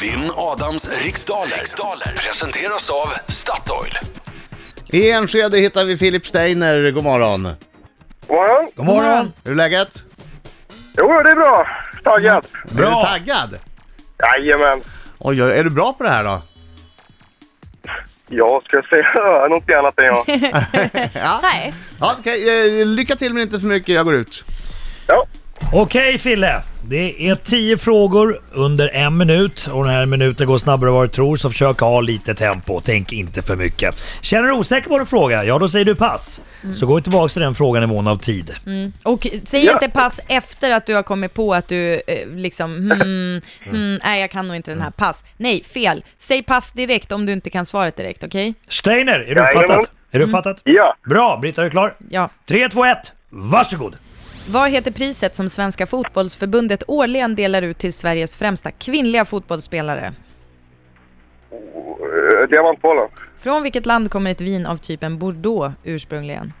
Vinn Adams riksdaler. riksdaler presenteras av Statoil. I Enskede hittar vi Filip Steiner, god morgon. God morgon. God morgon! Hur är läget? Jo, det är bra. Taggad. Är du Bra. taggad? Jajamän. Oj, oj, är du bra på det här då? Jag ska säga något annat än jag. Ja, Nej. ja okej, eh, lycka till men inte för mycket, jag går ut. Ja. Okej Fille, det är 10 frågor under en minut och den här minuten går snabbare än vad du tror så försök ha lite tempo. Tänk inte för mycket. Känner du osäker på en fråga? Ja, då säger du pass. Så gå tillbaka till den frågan i mån av tid. Och säg Ja. inte pass efter att du har kommit på att du eh, liksom, hmm, hmm, nej jag kan nog inte den här, pass. Nej, fel. Säg pass direkt om du inte kan svaret direkt, okej? Steiner, är du Jajamän. uppfattat? Är du uppfattat? Ja. Bra, Britta är du klar? Ja. 3, 2, 1, varsågod! Vad heter priset som Svenska Fotbollsförbundet årligen delar ut till Sveriges främsta kvinnliga fotbollsspelare? Eh, Diamantbollen. Från vilket land kommer ett vin av typen Bordeaux ursprungligen?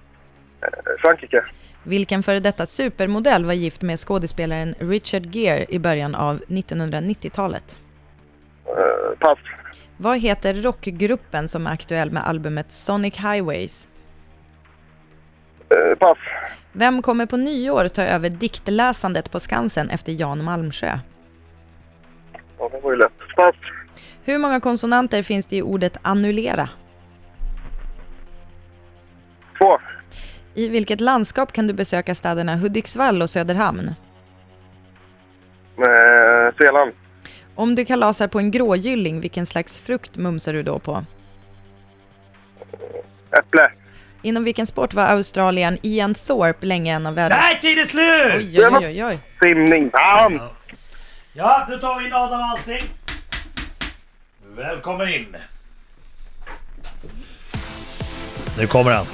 Eh, Frankrike. Vilken före detta supermodell var gift med skådespelaren Richard Gere i början av 1990-talet? Eh, Pass. Vad heter rockgruppen som är aktuell med albumet Sonic Highways? Eh, Pass. Vem kommer på nyår ta över diktläsandet på Skansen efter Jan Malmsjö? Ja, det var ju lätt. Pass. Hur många konsonanter finns det i ordet annullera? Två. I vilket landskap kan du besöka städerna Hudiksvall och Söderhamn? Eh, Selan. Om du kalasar på en grågylling, vilken slags frukt mumsar du då på? Äpple. Inom vilken sport var Australien Ian Thorpe länge en av världens... Nej, tid är slut! Oj, oj, oj, oj, oj. Simning. Bam! Ja, nu tar vi in Adam Alsing. Välkommen in. Nu kommer han.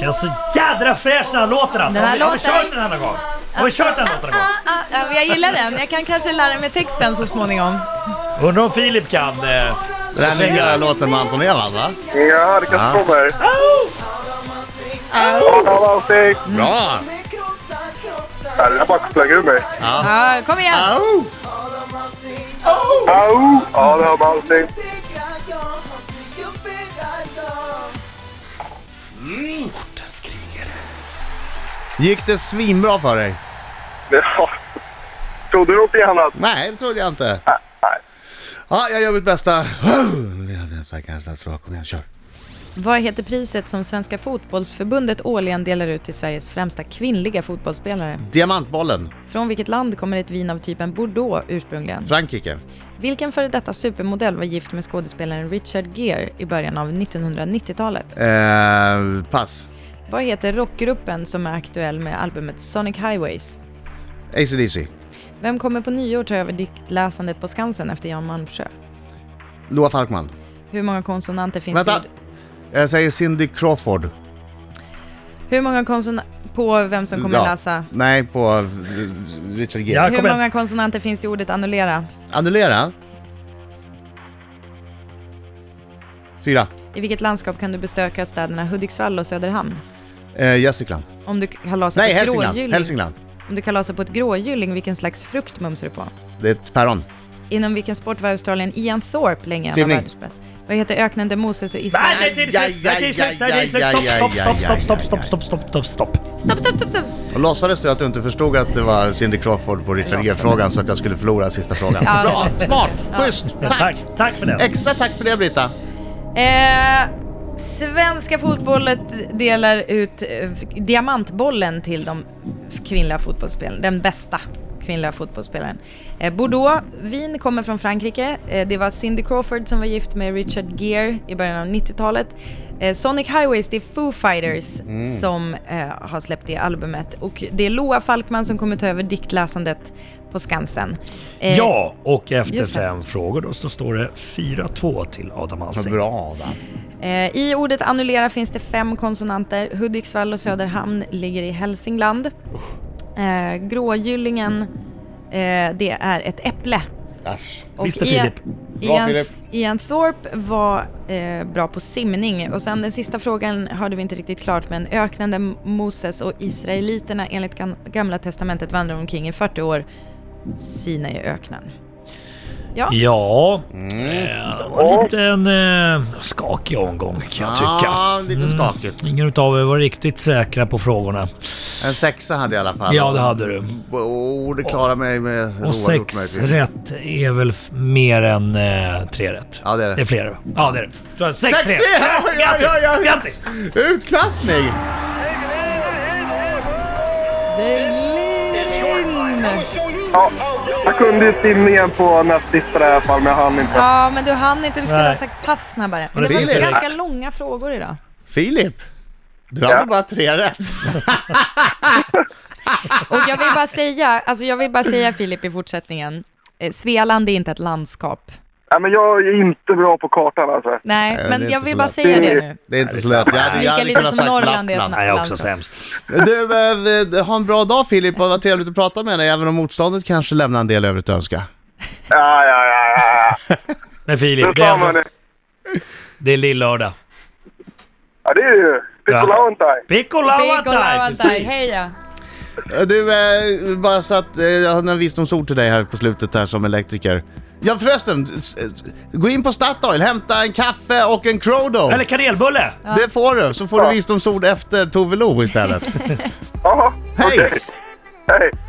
Känns så jädra fräsch den här låten alltså. Den Har här vi- Har vi kört låten- den här någon gång? Har vi kört den här låten någon gång? Ah, ah, jag gillar den. Jag kan kanske lära mig texten så småningom. ah, Undrar om Filip kan... Eh... Den här nya låten med Anton Evald va? Ja, det kanske Ja. kommer. Adam Alsing. Bra! Ja, Det där bara flög ur mig. Ah, kom igen! Au! Au! Adam Alsing. Gick det svinbra för dig? Ja. Trodde du något annat? Nej, det trodde jag inte. nej. Ja, jag gör mitt bästa. Så kan jag tro. Kom igen, kör. Vad heter priset som Svenska Fotbollsförbundet årligen delar ut till Sveriges främsta kvinnliga fotbollsspelare? Diamantbollen, Från vilket land kommer ett vin av typen Bordeaux ursprungligen? Frankrike. Vilken före detta supermodell var gift med skådespelaren Richard Gere i början av 1990-talet? Eh, pass. Vad heter rockgruppen som är aktuell med albumet Sonic Highways? ACDC. Vem kommer på nyår ta över diktläsandet på Skansen efter Jan Malmsjö? Loa Falkman. Hur många konsonanter finns Vänta! det i... Jag säger Cindy Crawford. Hur många konsonanter... På vem som kommer Ja. läsa? Nej, på eh, Richard Gere. Ja. Hur kommer- många konsonanter finns det i ordet annullera? Annullera. Fyra. I vilket landskap kan du besöka städerna Hudiksvall och Söderhamn? Eh, Gästrikland. Om du kalasar Nej, på ett Hälsingland. grågylling, Hälsingland. Om du kalasar på ett grågylling, vilken slags frukt mumsar du på? Det är ett päron. Inom vilken sport var Australien Ian Thorpe länge en av Simning. världens bästa? Vad heter öknen där Moses och Nej, Israel... nej, tid är slut! Nej, tid är slut! Nej, tid är slut! Stopp, stopp, stopp, stopp, stopp, stopp, stopp, stopp, stopp. Stopp, stopp, stopp, stopp! Och låtsades du att du inte förstod att det var Cindy Crawford på Richard Gere-frågan så att jag skulle förlora sista frågan. Ja, det Bra, var- smart, schysst, tack! Tack, tack för den. Extra tack för det Britta! Eh, svenska fotbollet delar ut eh, diamantbollen till de kvinnliga fotbollsspelarna, den bästa kvinnliga fotbollsspelaren. Eh, Bordeaux, vin kommer från Frankrike. Eh, det var Cindy Crawford som var gift med Richard Gere i början av 90-talet. Eh, Sonic Highways, det är Foo Fighters som eh, har släppt det albumet. Och det är Loa Falkman som kommer ta över diktläsandet på Skansen. Eh, Ja, och efter Just det. fem frågor då så står det 4-2 till Adam Alsing. Bra Adam! Eh, I ordet annullera finns det fem konsonanter. Hudiksvall och Söderhamn ligger i Hälsingland. Eh, grågyllingen, eh, det är ett äpple. Äsch. Och Mr. Ian- Philip. Bra, Ian, Philip. Ian Thorpe var eh, bra på simning. Och sen den sista frågan hörde vi inte riktigt klart, men öknen där Moses och israeliterna enligt gam- gamla testamentet vandrar omkring i 40 år, Sinaiöknen. Ja. Ja, Mm. eh, det var lite en eh, skakig omgång kan jag tycka. Ja, lite Mm. skakigt. Ingen utav er var riktigt säkra på frågorna. En sexa hade jag i alla fall. Ja, det hade du. Oh, det klarar mig med Och roa gjort sex möjligtvis. rätt är väl f- mer än eh, tre rätt? Ja, det är det. Det är fler. Ja, det är det. Så är det Sex, Sex, tre! tre! Ja, ja, ja, ja. Grattis! Utklassning! Det glider in. Ja, jag kunde ju simningen på näst sista i alla fall, men jag hann inte. Ja, men du hann inte. Du skulle Nej. ha sagt pass snabbare. Men det det var Filip? ganska långa frågor idag. Filip! Du hade Ja. bara tre rätt. Och jag vill bara säga, alltså jag vill bara säga Filip i fortsättningen. eh, Svealand är inte ett landskap. Nej, men jag är inte bra på kartan alltså. Nej, Nej, det är men jag inte vill så bara lätt. säga det nu. Det är inte så lätt. Jag hade, jag Lika hade lite kunnat som sagt Norrland är ett Lappland. Nej, jag är också Landskap. sämst. Du, eh, ha en bra dag Filip och vad trevligt att prata med dig. Även om motståndet kanske lämnar en del övrigt att önska. Ja, ja, ja, ja. Men Filip, det är, Detsamma ändå, hörni. det är lill-lördag. Ja, det är ju Piccolauantai. Pico Big och Lavatai! Lavantai, Precis! heja! Eh, Du, eh, bara så att eh, jag har några visdomsord till dig här på slutet här som elektriker. Ja förresten, s- s- gå in på Statoil, hämta en kaffe och en Crodo. Eller kanelbulle! Det får du, så får du visdomsord efter Tove Lo istället. Jaha, Hej! okej. Hej.